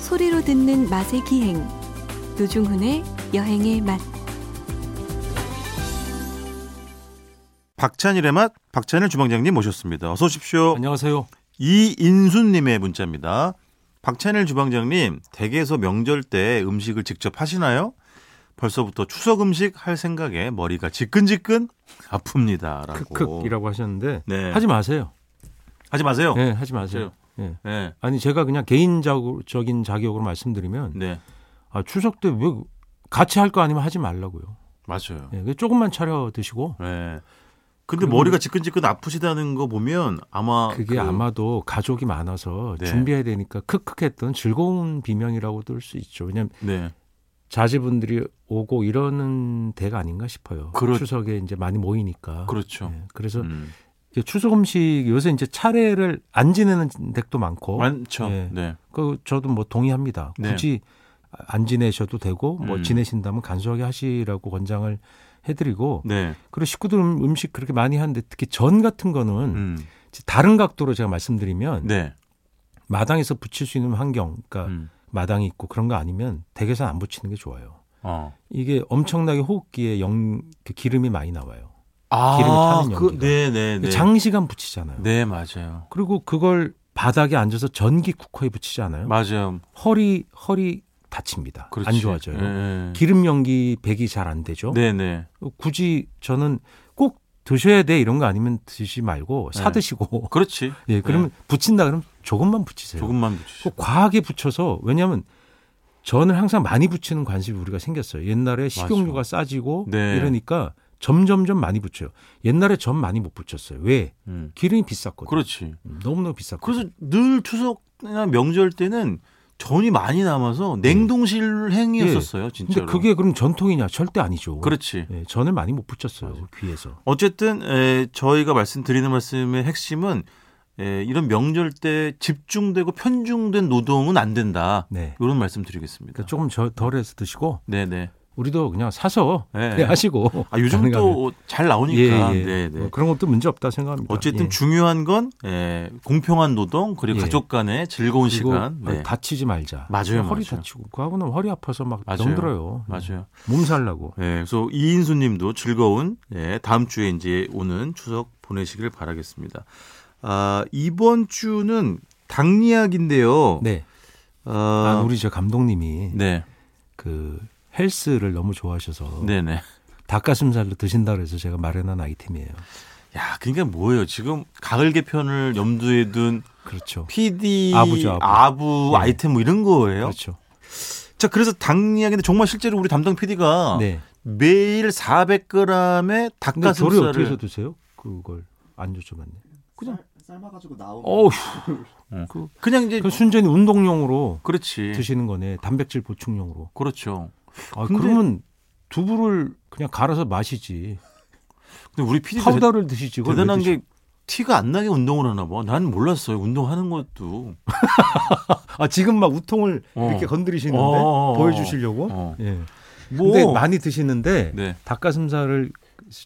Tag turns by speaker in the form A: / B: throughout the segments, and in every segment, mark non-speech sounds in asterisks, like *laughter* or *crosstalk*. A: 소리로 듣는 맛의 기행 노중훈의 여행의 맛
B: 박찬일의 맛, 박찬일 주방장님 모셨습니다. 어서 오십시오.
C: 안녕하세요.
B: 이인순님의 문자입니다. 박찬일 주방장님, 댁에서 명절 때 음식을 직접 하시나요? 벌써부터 추석 음식 할 생각에 머리가 지끈지끈 아픕니다. 라고.
C: 크크이라고 하셨는데
B: 네. 어.
C: 하지 마세요.
B: 하지 마세요.
C: 예, 하지 마세요. 예.
B: 네.
C: 아니 제가 그냥 개인적인 자격으로 말씀드리면
B: 네.
C: 아, 추석 때 왜 같이 할 거 아니면 하지 말라고요.
B: 맞아요.
C: 예, 그 조금만 차려 드시고
B: 네. 근데 머리가 지끈지끈 아프시다는 거 보면 아마
C: 그게
B: 그-
C: 아마도 가족이 많아서
B: 네.
C: 준비해야 되니까 크크했던 즐거운 비명이라고 들 수 있죠. 왜냐하면
B: 네.
C: 자제분들이 오고 이러는 데가 아닌가 싶어요.
B: 그렇-
C: 추석에 이제 많이 모이니까.
B: 그렇죠.
C: 예, 그래서
B: 음.
C: 이게 추석 음식 요새 이제 차례를 안 지내는 댁도 많고
B: 많죠.
C: 예.
B: 네.
C: 그 저도 뭐 동의합니다.
B: 네.
C: 굳이 안 지내셔도 되고 뭐
B: 음.
C: 지내신다면 간소하게 하시라고 권장을 해드리고
B: 네.
C: 그리고 식구들 음- 음식 그렇게 많이 하는데 특히 전 같은 거는
B: 음.
C: 이제 다른 각도로 제가 말씀드리면
B: 네.
C: 마당에서 붙일 수 있는 환경, 그러니까
B: 음.
C: 마당이 있고 그런 거 아니면 댁에서 안 붙이는 게 좋아요.
B: 어.
C: 이게 엄청나게 호흡기에 영, 그 기름이 많이 나와요.
B: 아,
C: 기름이 타는
B: 그,
C: 연기가.
B: 네네네.
C: 장시간 붙이잖아요.
B: 네 맞아요.
C: 그리고 그걸 바닥에 앉아서 전기 쿠커에 붙이잖아요.
B: 맞아요.
C: 허리 허리 다칩니다.
B: 그렇지.
C: 안 좋아져요.
B: 예, 예.
C: 음. 기름 연기 백이 잘 안 되죠.
B: 네네.
C: 어, 굳이 저는 꼭 드셔야 돼 이런 거 아니면 드시지 말고 사
B: 네.
C: 드시고 *laughs*
B: 그렇지.
C: 예 그러면 붙인다 그러면 조금만
B: 예.
C: 붙이세요.
B: 조금만 붙이시죠.
C: 꼭 과하게 붙여서 왜냐하면 저는 항상 많이 붙이는 관습이 우리가 생겼어요. 옛날에 식용유가 싸지고
B: 네.
C: 이러니까 점점점 많이 붙여요. 옛날에 전 많이 못 붙였어요. 왜?
B: 음.
C: 기름이 비쌌거든요.
B: 그렇지.
C: 음, 너무너무 비쌌거든요.
B: 그래서 늘 추석이나 명절 때는 전이 많이 남아서 냉동실행이었었어요,
C: 네. 예. 근데
B: 진짜로.
C: 그게 그럼 전통이냐? 절대 아니죠.
B: 그렇지.
C: 예, 전을 많이 못 붙였어요. 귀에서.
B: 어쨌든 에, 저희가 말씀드리는 말씀의 핵심은 에, 이런 명절 때 집중되고 편중된 노동은 안 된다.
C: 네.
B: 이런 말씀드리겠습니다.
C: 그러니까 조금 저- 덜해서 드시고
B: 네네.
C: 우리도 그냥 사서
B: 네.
C: 네, 하시고
B: 아 요즘
C: 가능하면.
B: 또 잘 나오니까.
C: 예, 예.
B: 네네.
C: 뭐 그런 것도 문제 없다 생각합니다.
B: 어쨌든
C: 예.
B: 중요한 건 예, 공평한 노동 그리고
C: 예.
B: 가족 간의 즐거운
C: 그리고 아,
B: 시간. 네.
C: 다치지 말자.
B: 맞아요,
C: 허리
B: 맞아요.
C: 다치고 그하고는 허리 아파서 막
B: 맞아요.
C: 넘들어요.
B: 맞아요.
C: 몸살나고.
B: 예, 그래서 이인수님도 즐거운 예, 다음 주에 이제 오는 추석 보내시길 바라겠습니다. 아, 이번 주는 당 이야기인데요.
C: 네.
B: 어,
C: 아, 우리 저 감독님이
B: 네,
C: 그 헬스를 너무 좋아하셔서
B: 네, 네.
C: 닭가슴살로 드신다 그래서 제가 마련한 아이템이에요.
B: 야, 그러니까 뭐예요? 지금 가을 개편을 염두에 둔
C: 그렇죠.
B: PD
C: 아부죠, 아부. 네.
B: 아이템 뭐 이런 거예요.
C: 그렇죠.
B: 자, 그래서 당 이야기인데 정말 실제로 우리 담당 PD가
C: 네.
B: 매일 400g의
C: 근데 저를
B: 닭가슴살을
C: 어떻게 해서 드세요? 그걸 안 여쭤봤네.
D: 삶아가지고 나오면
C: 어휴.
B: 그, 그냥 이제
C: 그 순전히 운동용으로
B: 그렇지.
C: 드시는 거네. 단백질 보충용으로.
B: 그렇죠.
C: 아,
B: 근데-
C: 그러면 두부를 그냥 갈아서 마시지.
B: 근데 우리 피디가
C: 파우더를 드시지. 그걸 왜
B: 대단한
C: 드시-
B: 게 티가 안 나게 운동을 하나 봐. 난 몰랐어요. 운동하는 것도.
C: 아, 지금 막 우통을
B: 어.
C: 이렇게 건드리시는데
B: 어.
C: 보여주시려고.
B: 어.
C: 예.
B: 뭐
C: 근데 많이 드시는데
B: 네.
C: 닭가슴살을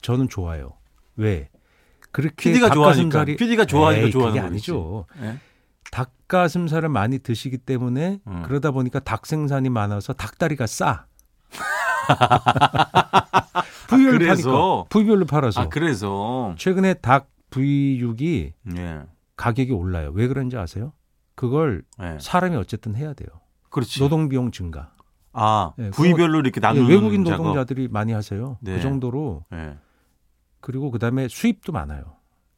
C: 저는 좋아요. 왜? 그렇게
B: PD가 좋아하니까.
C: 닭가슴살이
B: PD가 좋아하니까
C: 에이,
B: 좋아하는
C: 그게
B: 거지.
C: 아니죠.
B: 예?
C: 닭가슴살을 많이 드시기 때문에
B: 음.
C: 그러다 보니까 닭 생산이 많아서 닭다리가
B: *laughs*
C: 싸. 부위별로
B: 아, 그래서?
C: 파니까 부위별로 팔아서
B: 아 그래서
C: 최근에 닭 부위육이
B: 예.
C: 가격이 올라요. 왜 그런지 아세요? 그걸
B: 예.
C: 사람이 어쨌든 해야 돼요.
B: 그렇지.
C: 노동 비용 증가.
B: 아
C: 예,
B: 부위별로 이렇게
C: 예,
B: 나누는
C: 외국인
B: 작업.
C: 노동자들이 많이 하세요.
B: 네.
C: 그 정도로
B: 예.
C: 그리고 그다음에 수입도 많아요.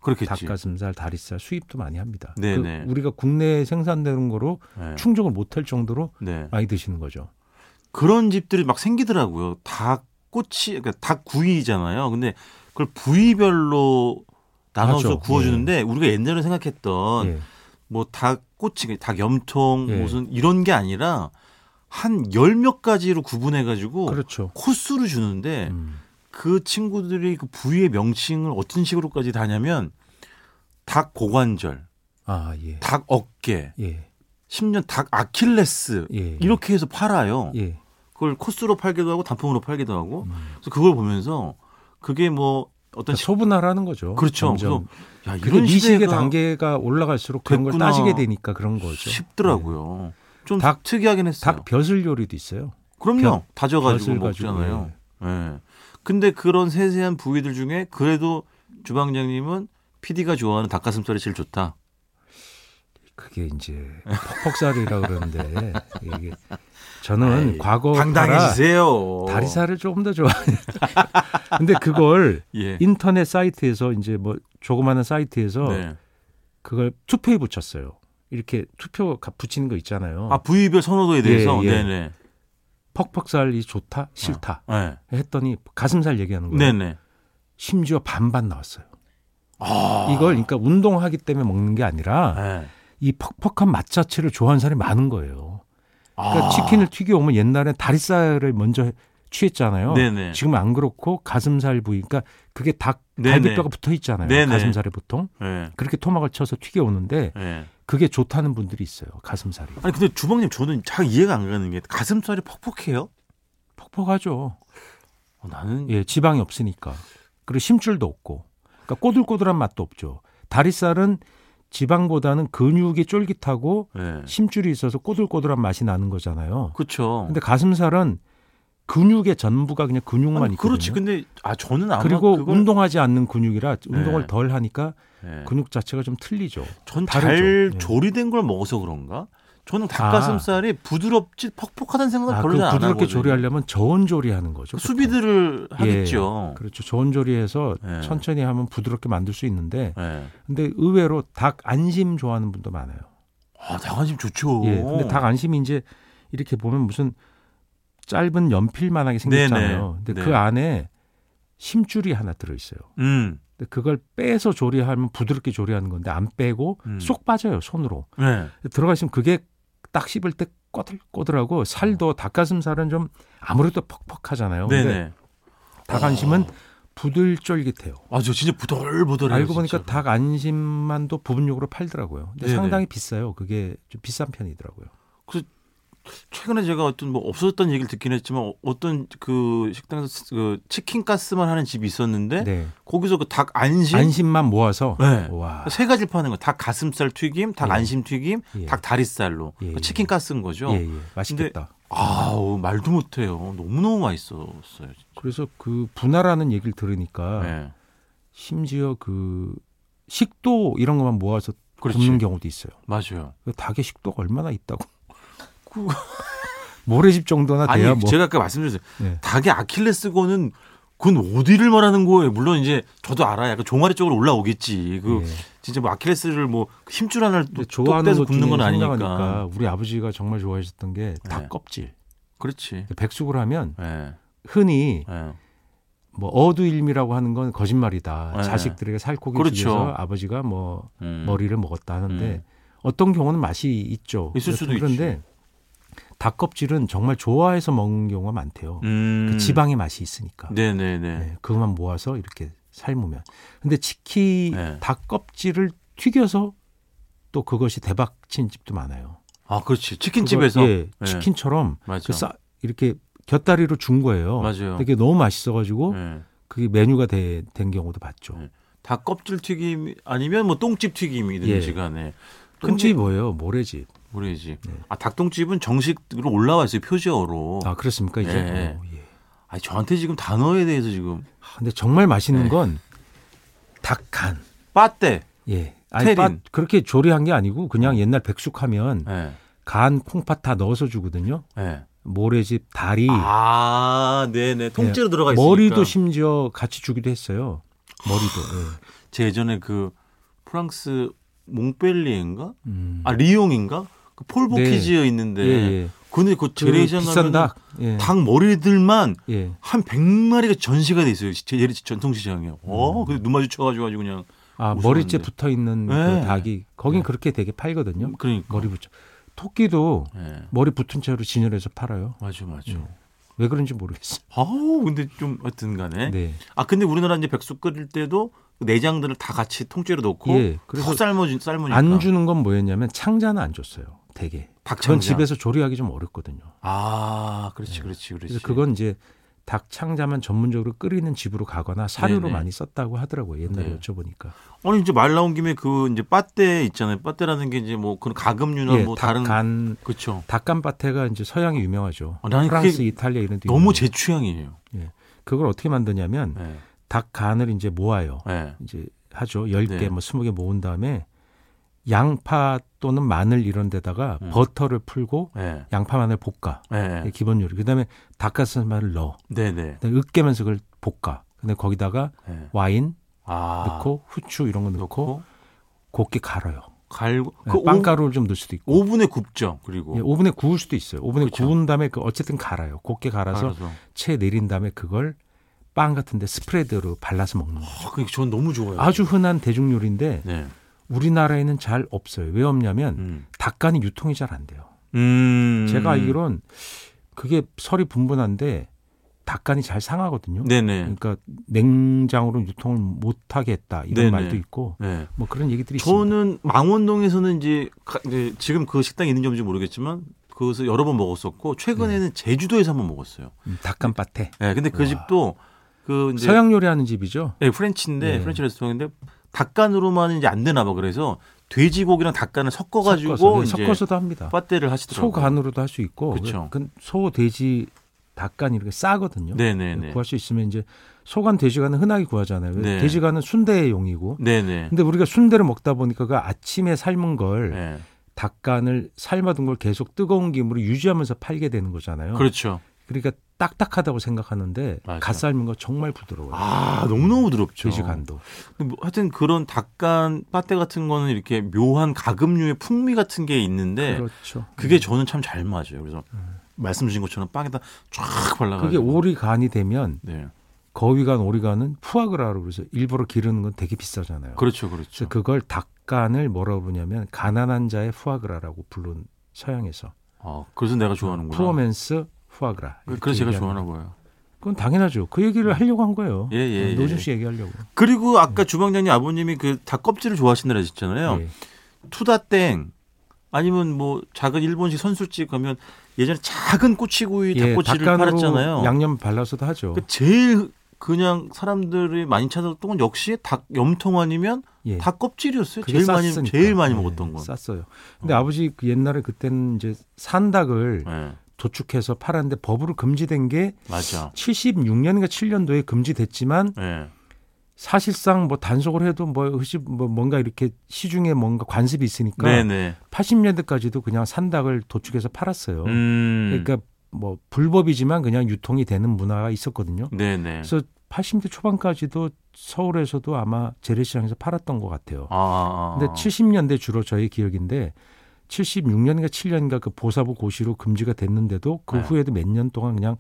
B: 그렇겠지.
C: 닭가슴살, 다리살 수입도 많이 합니다.
B: 네,
C: 그
B: 네.
C: 우리가 국내에 생산되는 거로
B: 예.
C: 충족을 못할 정도로
B: 네.
C: 많이 드시는 거죠.
B: 그런 집들이 막 생기더라고요. 닭꼬치, 그러니까 닭구이잖아요. 근데 그걸 부위별로 나눠서
C: 맞죠.
B: 구워주는데 우리가 옛날에 생각했던
C: 예.
B: 뭐 닭꼬치, 닭염통
C: 예.
B: 무슨 이런 게 아니라 한 열 몇 가지로 구분해 가지고
C: 그렇죠.
B: 코스로 주는데
C: 음.
B: 그 친구들이 그 부위의 명칭을 어떤 식으로까지 다냐면 닭 고관절,
C: 아 예.
B: 닭 어깨,
C: 예.
B: 심지어 닭 아킬레스
C: 예.
B: 이렇게 해서 팔아요.
C: 예.
B: 그걸 코스로 팔기도 하고 단품으로 팔기도 하고
C: 음.
B: 그래서 그걸 보면서 그게 뭐 어떤
C: 그러니까
B: 식
C: 소분화라는 거죠.
B: 그렇죠.
C: 점점.
B: 야,
C: 그게 네
B: 이런
C: 미식의
B: 시대가
C: 단계가 올라갈수록 그런 걸
B: 됐구나
C: 따지게 되니까 그런 거죠. 네.
B: 쉽더라고요. 좀
C: 닭-
B: 특이하긴 했어요.
C: 닭 벼슬 요리도 있어요.
B: 그럼요.
C: 벼-
B: 다져가지고
C: 벼슬 가지고, 네.
B: 먹잖아요. 예. 근데 그런 세세한 부위들 중에 그래도 주방장님은 PD가 좋아하는 닭가슴살이 제일 좋다.
C: 그게 이제 퍽퍽살이라 그러는데 *laughs* 이게 저는
B: 아이,
C: 과거
B: 당당해지세요.
C: 다리살을 조금 더 좋아해요. *laughs* 근데 그걸
B: 예.
C: 인터넷 사이트에서 이제 뭐 조그마한 사이트에서
B: 네.
C: 그걸 투표에 붙였어요. 이렇게 투표 가- 붙이는 거 있잖아요.
B: 아 부위별 선호도에 대해서.
C: 어. 예, 예.
B: 네네.
C: 퍽퍽살이 좋다, 싫다
B: 네.
C: 했더니 가슴살 얘기하는 거예요.
B: 네네.
C: 심지어 반반 나왔어요.
B: 아
C: 이걸 그러니까 운동하기 때문에 먹는 게 아니라
B: 네.
C: 이 퍽퍽한 맛 자체를 좋아하는 사람이 많은 거예요. 그러니까
B: 아.
C: 치킨을 튀겨 오면 옛날에 다리살을 먼저 취했잖아요.
B: 네네.
C: 지금 안 그렇고 가슴살 부위, 그러니까 그게 닭
B: 네네.
C: 갈비뼈가 붙어 있잖아요.
B: 네네.
C: 가슴살에 보통
B: 예.
C: 그렇게 토막을 쳐서 튀겨 오는데
B: 예.
C: 그게 좋다는 분들이 있어요. 가슴살이
B: 아니 근데 주방님 저는 잘 이해가 안 가는 게 가슴살이 퍽퍽해요?
C: 퍽퍽하죠.
B: 어, 나는
C: 예, 지방이 없으니까. 그리고 심줄도 없고. 그러니까 꼬들꼬들한 맛도 없죠. 다리살은 지방보다는 근육이 쫄깃하고
B: 예.
C: 심줄이 있어서 꼬들꼬들한 맛이 나는 거잖아요.
B: 그렇죠.
C: 근데 가슴살은 근육의 전부가 그냥 근육만
B: 아니,
C: 있거든요.
B: 그렇지. 근데 아 저는 아마
C: 그리고
B: 그걸-
C: 운동하지 않는 근육이라 운동을
B: 네.
C: 덜 하니까
B: 예.
C: 근육 자체가 좀 틀리죠.
B: 전 잘
C: 다르죠. 예.
B: 조리된 걸 먹어서 그런가? 저는 닭가슴살이 부드럽지 퍽퍽하다는 생각은
C: 아, 그
B: 별로 안 하거든요.
C: 부드럽게 조리하려면 저온 조리하는 거죠. 예. 보통.
B: 수비들을 하겠죠.
C: 그렇죠. 저온 조리해서
B: 예.
C: 천천히 하면 부드럽게 만들 수 있는데
B: 예.
C: 근데 의외로 닭 안심 좋아하는 분도 많아요.
B: 아, 닭안심 좋죠.
C: 예. 근데 닭 안심이 이제 이렇게 보면 무슨 짧은 연필만하게 생겼잖아요.
B: 네네.
C: 근데
B: 네.
C: 그 안에 심줄이 하나 들어 있어요.
B: 음.
C: 근데 그걸 빼서 조리하면 부드럽게 조리하는 건데 안 빼고
B: 음.
C: 쏙 빠져요 손으로
B: 네.
C: 들어가시면 그게 딱 씹을 때 꼬들꼬들하고 살도 닭가슴살은 좀 아무래도 퍽퍽하잖아요. 근데
B: 어. 네네.
C: 닭 안심은 부들쫄깃해요.
B: 아, 저 진짜 부들부들해요.
C: 알고 보니까
B: 진짜로.
C: 닭 안심만도 부분용으로 팔더라고요. 근데
B: 네네.
C: 상당히 비싸요. 그게 좀 비싼 편이더라고요.
B: 최근에 제가 어떤 뭐 없어졌다는 얘기를 듣긴 했지만 어- 어떤 그 식당에서 그 치킨 가스만 하는 집이 있었는데
C: 네.
B: 거기서 그 닭 안심
C: 안심만 모아서
B: 네.
C: 와.
B: 세 가지 파는 거예요. 닭 가슴살 튀김, 닭
C: 예.
B: 안심 튀김,
C: 예.
B: 닭 다리살로 그
C: 예, 예.
B: 치킨 가스인 거죠.
C: 예, 예. 맛있겠다.
B: 아우 말도 못해요. 너무 너무 맛있었어요.
C: 그래서 그 분화라는 얘기를 들으니까
B: 네.
C: 심지어 그 식도 이런 것만 모아서
B: 그렇지.
C: 굽는 경우도 있어요.
B: 맞아요. 그
C: 그 닭의 식도가 얼마나 있다고. 모래집 정도나
B: 아니 그
C: 돼야 뭐.
B: 제가 아까 말씀드렸어요.
C: 예.
B: 닭의 아킬레스건은 그건 어디를 말하는 거예요. 물론 이제 저도 알아요. 약간 종아리 쪽으로 올라오겠지. 그
C: 예.
B: 진짜 뭐 아킬레스를 뭐 힘줄 하나를
C: 근데
B: 똑대서 굽는 건
C: 중에
B: 아니니까.
C: 생각하니까 우리 아버지가 정말 좋아하셨던 게 닭
B: 예.
C: 껍질.
B: 그렇지.
C: 백숙을 하면
B: 예.
C: 흔히
B: 예.
C: 뭐 어두일미라고 하는 건 거짓말이다.
B: 예.
C: 자식들에게 살코기
B: 그렇죠.
C: 죽여서 아버지가 뭐
B: 음.
C: 머리를 먹었다 하는데
B: 음.
C: 어떤 경우는 맛이 있죠.
B: 있을 수도
C: 그런데 닭 껍질은 정말 좋아해서 먹는 경우가 많대요.
B: 음.
C: 그 지방의 맛이 있으니까.
B: 네네네.
C: 네, 그것만 모아서 이렇게 삶으면. 근데 치킨
B: 네.
C: 닭 껍질을 튀겨서 또 그것이 대박친 집도 많아요.
B: 아 그렇지. 치킨집에서
C: 그거, 예,
B: 예.
C: 치킨처럼
B: 맞아.
C: 그 싸, 이렇게 곁다리로 준 거예요.
B: 맞아요.
C: 근데 그게 너무 맛있어가지고
B: 예.
C: 그게 메뉴가 돼- 된 경우도 봤죠.
B: 네. 닭 껍질 튀김 아니면 뭐 똥집 튀김이든지
C: 예.
B: 간에
C: 큰집이 뭐예요? 모래집.
B: 모르지.
C: 네.
B: 아 닭똥집은 정식으로 올라와 있어요 표지어로.
C: 아 그렇습니까 이제?
B: 뭐. 예.
C: 오, 예.
B: 아 저한테 지금 단어에 대해서 지금
C: 아, 근데 정말 맛있는
B: 네.
C: 건 닭간.
B: 빠떼.
C: 예.
B: 테린.
C: 아니, 빠, 그렇게 조리한 게 아니고 그냥 옛날 백숙하면
B: 예.
C: 간 콩팥 다 넣어서 주거든요.
B: 예.
C: 모래집, 다리,
B: 아 네네 통째로
C: 예,
B: 들어가 있으니까.
C: 머리도 심지어 같이 주기도 했어요. 머리도. 예.
B: 제 예전에 그 프랑스 몽펠리에인가?
C: 음.
B: 아 리옹인가? 그 폴보키지에 있는데.
C: 예, 예.
B: 근데 그
C: 그
B: 재래시장
C: 비싼
B: 가면 네. 닭.
C: 닭. 예.
B: 머리들만
C: 예.
B: 한 100마리가 전시가 돼 있어요. 제 예리 전통시장에.
C: 음.
B: 어, 근데 눈 마주쳐 가지고 아주 그냥
C: 아,
B: 무서웠는데.
C: 머리째 붙어 있는
B: 예.
C: 그 닭이 거긴
B: 예.
C: 그렇게 되게 팔거든요.
B: 그러니까.
C: 머리 붙여. 토끼도
B: 예.
C: 머리 붙은 채로 진열해서 팔아요.
B: 맞아 맞아.
C: 예. 왜 그런지 모르겠어요.
B: 아우 근데 좀 하여튼 간에.
C: 네.
B: 아 근데 우리나라 이제 백숙 끓일 때도 그 내장들을 다 같이 통째로 넣고
C: 예, 그래서
B: 푹 삶아진 삶으니까.
C: 안 주는 건 뭐였냐면 창자는 안 줬어요. 되게.
B: 박창
C: 전 집에서 조리하기 좀 어렵거든요.
B: 아 그렇지 그렇지 그렇지.
C: 네. 그래서 그건 이제 닭 창자만 전문적으로 끓이는 집으로 가거나 사료로
B: 네네.
C: 많이 썼다고 하더라고요. 옛날에
B: 네.
C: 여쭤보니까.
B: 아니 이제 말 나온 김에 그 이제 빠떼 있잖아요. 빠떼라는 게 이제 뭐 그런 가금류나
C: 예,
B: 뭐 다른
C: 닭간
B: 그렇죠.
C: 닭간 파테가 이제 서양이 유명하죠.
B: 아, 나는 그게
C: 프랑스, 이탈리아 이런 데
B: 너무
C: 유명해요.
B: 제 취향이에요.
C: 그걸 어떻게 만드냐면
B: 예.
C: 닭 간을 이제 모아요.
B: 예.
C: 이제 하죠. 10개
B: 네.
C: 뭐 20개 모은 다음에 양파 또는 마늘 이런 데다가
B: 음.
C: 버터를 풀고
B: 예.
C: 양파 마늘 볶아.
B: 예.
C: 이게 기본 요리. 그다음에 닭가슴살을 넣어.
B: 네, 네.
C: 그다음에 으깨면서 그걸 볶아. 근데 거기다가
B: 예.
C: 와인
B: 아.
C: 그 넣고 후추 이런 거 넣고, 곱게 갈아요.
B: 갈고
C: 네,
B: 그
C: 빵가루를 좀 넣을 수도 있고.
B: 오, 오븐에 굽죠. 그리고
C: 예, 오븐에 구울 수도 있어요. 오븐에
B: 그렇죠.
C: 구운 다음에 그 어쨌든 갈아요. 곱게 갈아서
B: 알아서.
C: 채 내린 다음에 그걸 빵 같은데 스프레드로 발라서 먹는 거예요.
B: 아, 그게 전 너무 좋아요.
C: 아주 흔한 대중 요리인데
B: 네.
C: 우리나라에는 잘 없어요. 왜 없냐면
B: 음.
C: 닭간이 유통이 잘 안 돼요.
B: 음.
C: 제가 알기론 그게 설이 분분한데 닭간이 잘 상하거든요.
B: 네네.
C: 그러니까 냉장으로 유통을 못하게 했다 이런
B: 네네.
C: 말도 있고
B: 네.
C: 뭐 그런 얘기들이 있습니다.
B: 저는 망원동에서는 이제, 가- 이제 지금 그 식당이 있는지 없는지 모르겠지만 그것을 여러 번 먹었었고 최근에는 제주도에서 한번 먹었어요.
C: 음, 닭간 파테
B: 네, 근데 그
C: 네. 와.
B: 집도 그 이제
C: 서양 요리하는 집이죠.
B: 네, 프렌치인데
C: 네.
B: 프렌치 레스토랑인데 닭간으로만 이제 안 되나 봐 그래서 돼지고기랑 닭간을 섞어가지고
C: 섞어서, 네,
B: 이제
C: 섞어서도 합니다.
B: 빠떼를 하시더라고요.
C: 소 간으로도 할 수 있고
B: 그쵸.
C: 그건 소 돼지 닭간 이렇게 싸거든요.
B: 네네네.
C: 구할 수 있으면 이제 소간 돼지간은 흔하게 구하잖아요.
B: 네.
C: 돼지간은 순대용이고
B: 네네.
C: 근데 우리가 순대를 먹다 보니까 그 아침에 삶은 걸
B: 네.
C: 닭간을 삶아둔 걸 계속 뜨거운 기물을 유지하면서 팔게 되는 거잖아요.
B: 그렇죠.
C: 러니까 딱딱하다고 생각하는데
B: 맞아요.
C: 갓 삶은 거 정말 부드러워요.
B: 아 너무너무 부드럽죠.
C: 돼지간도.
B: 근데 뭐 하여튼 그런 닭간 빠떼 같은 거는 이렇게 묘한 가금류의 풍미 같은 게 있는데
C: 그렇죠. 네.
B: 그게 저는 참 잘 맞아요. 그래서 말씀 주신 것처럼 빵에다 쫙 발라가지고
C: 그게 오리간이 되면
B: 네.
C: 거위간 오리간은 푸아그라로 그래서 일부러 기르는 건 되게 비싸잖아요.
B: 그렇죠, 그렇죠.
C: 네, 그래서 그걸 닭간을 뭐라고 부르냐면 가난한 자의 푸아그라라고 부른 서양에서
B: 아, 그래서 내가 좋아하는구나.
C: 푸어맨스 푸아그라. 이렇게
B: 그래서 제가
C: 얘기하는
B: 좋아하나 봐요.
C: 그건 당연하죠. 그 얘기를 하려고 한 거예요.
B: 예, 예,
C: 노준
B: 예.
C: 씨 얘기하려고.
B: 그리고
C: 네.
B: 아까 주방장님 아버님이 그 닭껍질을 좋아하신다 하셨잖아요.
C: 예.
B: 투다땡 아니면 뭐 작은 일본식 선술집 가면 예전에 작은 꼬치구이
C: 예,
B: 닭꼬치를
C: 닭간으로
B: 팔았잖아요.
C: 양념 발라서도 하죠.
B: 그 제일 그냥 사람들이 많이 찾았던 건 역시 닭 염통 아니면
C: 예.
B: 닭 껍질이었어요.
C: 그게
B: 제일 많이
C: 쌌으니까.
B: 제일 많이
C: 예,
B: 먹었던 건.
C: 쌌어요. 근데
B: 어.
C: 아버지 그 옛날에 그때는 이제 산닭을
B: 예,
C: 도축해서 팔았는데 법으로 금지된 게
B: 맞아.
C: 76년인가 7년도에 금지됐지만
B: 예, 사실
C: 사실상 뭐 단속을 해도 뭐, 혹시 뭐 뭔가 이렇게 시중에 뭔가 관습이 있으니까
B: 네네.
C: 80년대까지도 그냥 산닭을 도축해서 팔았어요.
B: 음,
C: 그러니까 뭐 불법이지만 그냥 유통이 되는 문화가 있었거든요.
B: 네네.
C: 그래서 80대 초반까지도 서울에서도 아마 재래시장에서 팔았던 것 같아요.
B: 아, 아, 아.
C: 근데 70년대 주로 저의 기억인데 76년인가 7년인가 그 보사부 고시로 금지가 됐는데도 그
B: 네.
C: 후에도 몇 년 동안 그냥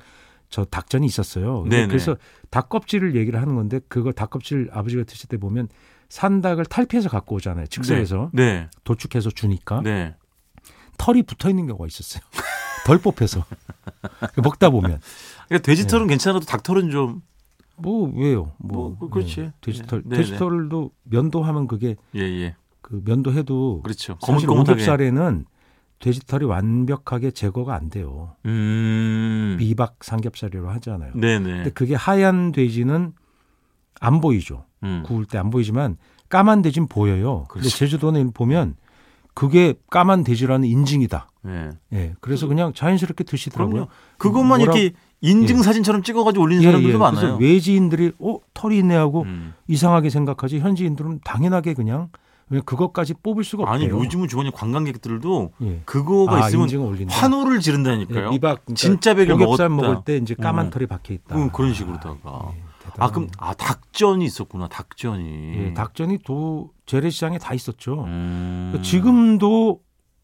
C: 저 닭전이 있었어요. 근데
B: 네네.
C: 그래서 닭껍질을 얘기를 하는 건데 그거 닭껍질 아버지가 드실 때 보면 산닭을 탈피해서 갖고 오잖아요. 즉석에서 아?
B: 네,
C: 도축해서 주니까
B: 네.
C: 털이 붙어 있는 경우가 있었어요. *laughs* 덜 뽑혀서 먹다 보면
B: 그러니까
C: 예.
B: 돼지털은 괜찮아도 닭털은 좀
C: 뭐 왜요?
B: 뭐, 그- 그렇지.
C: 예, 돼지털
B: 네, 네.
C: 돼지털도 면도하면 그게
B: 예예.
C: 그 면도해도
B: 그렇죠.
C: 사실
B: 거뭇거뭇하게.
C: 오겹살에는 돼지털이 완벽하게 제거가 안 돼요.
B: 음.
C: 미박 삼겹살이라고 하잖아요.
B: 네네.
C: 근데 그게 하얀 돼지는 안 보이죠.
B: 음.
C: 구울 때 안 보이지만 까만 돼지는 보여요. 근데
B: 그렇죠.
C: 제주도는 보면 그게 까만 돼지라는 인증이다.
B: 예.
C: 예. 그래서 그냥 자연스럽게 드시더라고요.
B: 그럼요. 그것만
C: 뭐라- 예.
B: 이렇게 인증 사진 처럼 찍어가지고 올리는 사람들도
C: 그래서
B: 많아요.
C: 외지인들이 어 털이 있네 하고
B: 음.
C: 이상하게 생각하지 현지인들은 당연하게 그냥 왜냐면 그것까지 뽑을 수가
B: 아니
C: 없대요.
B: 요즘은 주원님 관광객들도
C: 예.
B: 그거가
C: 아,
B: 있으면
C: 인증을 올린다.
B: 환호를 지른다니까요.
C: 예, 미박 그러니까
B: 진짜 백을
C: 삼겹살
B: 먹었다.
C: 먹을 때 이제 까만
B: 음.
C: 털이 박혀 있다.
B: 음, 그런 식으로다가.
C: 예,
B: 아 그럼
C: 대단하네요.
B: 아 닭전이 있었구나 닭전이.
C: 예, 닭전이 도 재래시장에 다 있었죠.
B: 음.
C: 그러니까 지금도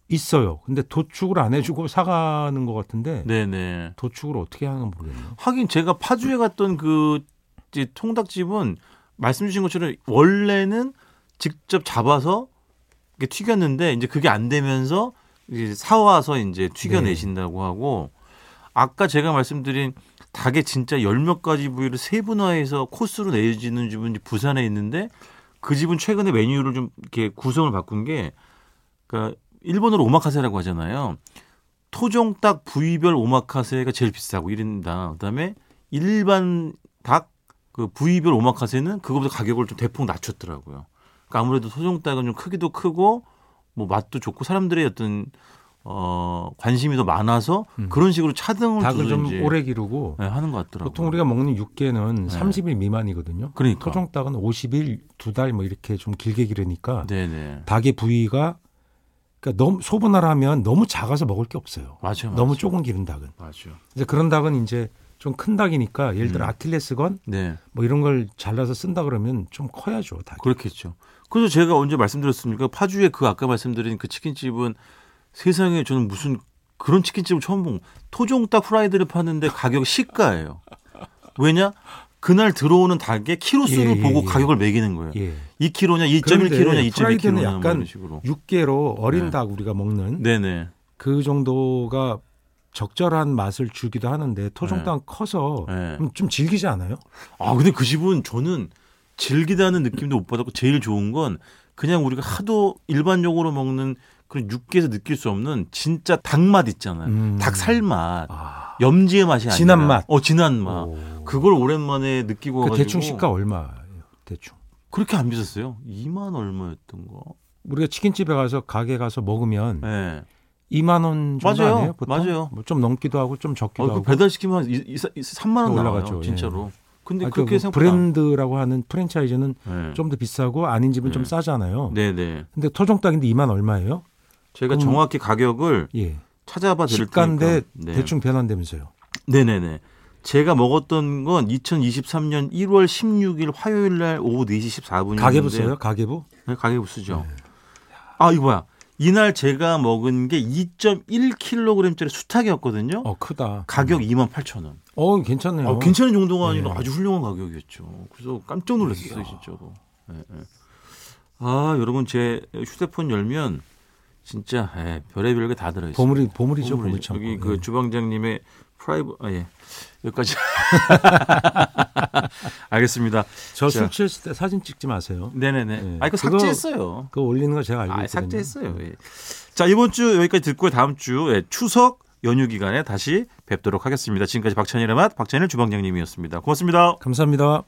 C: 있어요. 근데 도축을 안 해주고 사가는 것 같은데
B: 네네.
C: 도축을 어떻게 하는 건 모르겠네요.
B: 하긴 제가 파주에 갔던 그 이제 통닭집은 말씀 주신 것처럼 원래는 직접 잡아서 이렇게 튀겼는데 이제 그게 안 되면서 이제 사와서 이제 튀겨내신다고 하고 아까 제가 말씀드린 닭의 진짜 열 몇 가지 부위를 세분화해서 코스로 내주는 집은 이제 부산에 있는데 그 집은 최근에 메뉴를 좀 이렇게 구성을 바꾼 게 그러니까 일본어로 오마카세라고 하잖아요. 토종닭 부위별 오마카세가 제일 비싸고 1인당 그다음에 일반 닭 그 부위별 오마카세는 그거보다 가격을 좀 대폭 낮췄더라고요. 그러니까 아무래도 소정 닭은 좀 크기도 크고 뭐 맛도 좋고 사람들의 어떤 어 관심이 더 많아서
C: 음.
B: 그런 식으로 차등을
C: 닭을
B: 두든지
C: 좀 오래 기르고
B: 네, 하는 것 같더라고요.
C: 보통 우리가 먹는 육개는
B: 네.
C: 30일 미만이거든요.
B: 그러니까
C: 토종닭은 50일 두 달 뭐 이렇게 좀 길게 기르니까
B: 네네
C: 닭의 부위가 그러니까 너무 소분할 하면 너무 작아서 먹을 게 없어요.
B: 맞아요. 네, 맞아요.
C: 너무 조금 기른 닭은.
B: 맞아요.
C: 이제 그런 닭은 이제 좀 큰 닭이니까 예를 들어
B: 음.
C: 아킬레스건
B: 네
C: 뭐 이런 걸 잘라서 쓴다 그러면 좀 커야죠 닭이.
B: 그렇겠죠. 그래서 제가 언제 말씀드렸습니까? 파주에 그 아까 말씀드린 그 치킨집은 세상에 저는 무슨 그런 치킨집을 처음 본 거예요. 토종닭 후라이드를 파는데 가격 시가예요. 왜냐? 그날 들어오는 닭의 키로수를
C: 예, 예,
B: 보고
C: 예.
B: 가격을 매기는 거예요.
C: 예.
B: 2kg냐,
C: 그런데
B: 2.1kg냐, 2.2kg냐
C: 후라이드는 약간
B: 이런 식으로.
C: 육개로 어린
B: 어. 네.
C: 닭 우리가 먹는
B: 네네.
C: 그 정도가 적절한 맛을 주기도 하는데
B: 네.
C: 토종닭 은 커서
B: 네.
C: 좀 질기지 않아요?
B: 아 근데 그 집은 저는 질기다는 느낌도 못 받았고 제일 좋은 건 그냥 우리가 하도 일반적으로 먹는 그런 육개에서 느낄 수 없는 진짜 닭맛 있잖아요.
C: 음.
B: 닭살 맛,
C: 아.
B: 염지의 맛이 아니라
C: 진한 맛.
B: 어 진한 맛.
C: 오.
B: 그걸 오랜만에 느끼고
C: 그
B: 가지고
C: 대충 시가 얼마예요? 대충.
B: 그렇게 안 비쌌어요. 2만 얼마였던 거.
C: 우리가 치킨집에 가서 가게 가서 먹으면
B: 예. 네.
C: 2만 원 정도
B: 맞아요.
C: 아니에요? 보통?
B: 맞아요.
C: 뭐좀 넘기도 하고 좀 적기도
B: 어,
C: 하고.
B: 그 배달 시키면 한 이- 이- 이- 3만 원
C: 올라가죠. 예.
B: 나와요. 진짜로. 근데
C: 아, 그
B: 그렇게
C: 뭐
B: 생각보다 안-
C: 브랜드라고 하는 프랜차이즈는
B: 네.
C: 좀 더 비싸고 아닌 집은 좀
B: 네.
C: 싸잖아요.
B: 네네.
C: 근데 토종닭인데 2만 얼마예요?
B: 저희가
C: 그럼-
B: 정확히 가격을
C: 예.
B: 찾아봐 드릴
C: 시가인데
B: 테니까. 네.
C: 대충 변환되면서요.
B: 네네네. 제가 먹었던 건 2023년 1월 16일 화요일 날 오후 4시 14분인데 네,
C: 가계부 써요? 네. 가계부?
B: 가계부 쓰죠. 아 이거 뭐야? 이날 제가 먹은 게 2.1kg짜리 수탉이었거든요.
C: 어 크다.
B: 가격 28,000원.
C: 어 괜찮네요.
B: 아, 괜찮은 정도가 아니라
C: 네.
B: 아주 훌륭한 가격이었죠. 그래서 깜짝 놀랐어요, 진짜로. 예, 예. 아, 여러분 제 휴대폰 열면 진짜 예, 별의별 게 다 들어 있어요.
C: 보물이 보물이죠 예. 보물 창고.
B: 여기 그 주방장님의 프라이브 아 예. 여기까지. *laughs* 알겠습니다. 자.
C: 저술 취했을 때 사진 찍지 마세요.
B: 네네네.
C: 예.
B: 아 이거
C: 그거-
B: 삭제했어요.
C: 그거 올리는 거 제가 알고
B: 아
C: 있거든요.
B: 삭제했어요. 예. 자 이번 주 여기까지 듣고 다음 주 예, 추석 연휴 기간에 다시 뵙도록 하겠습니다. 지금까지 박찬일의 맛 박찬일 주방장님이었습니다. 고맙습니다.
C: 감사합니다.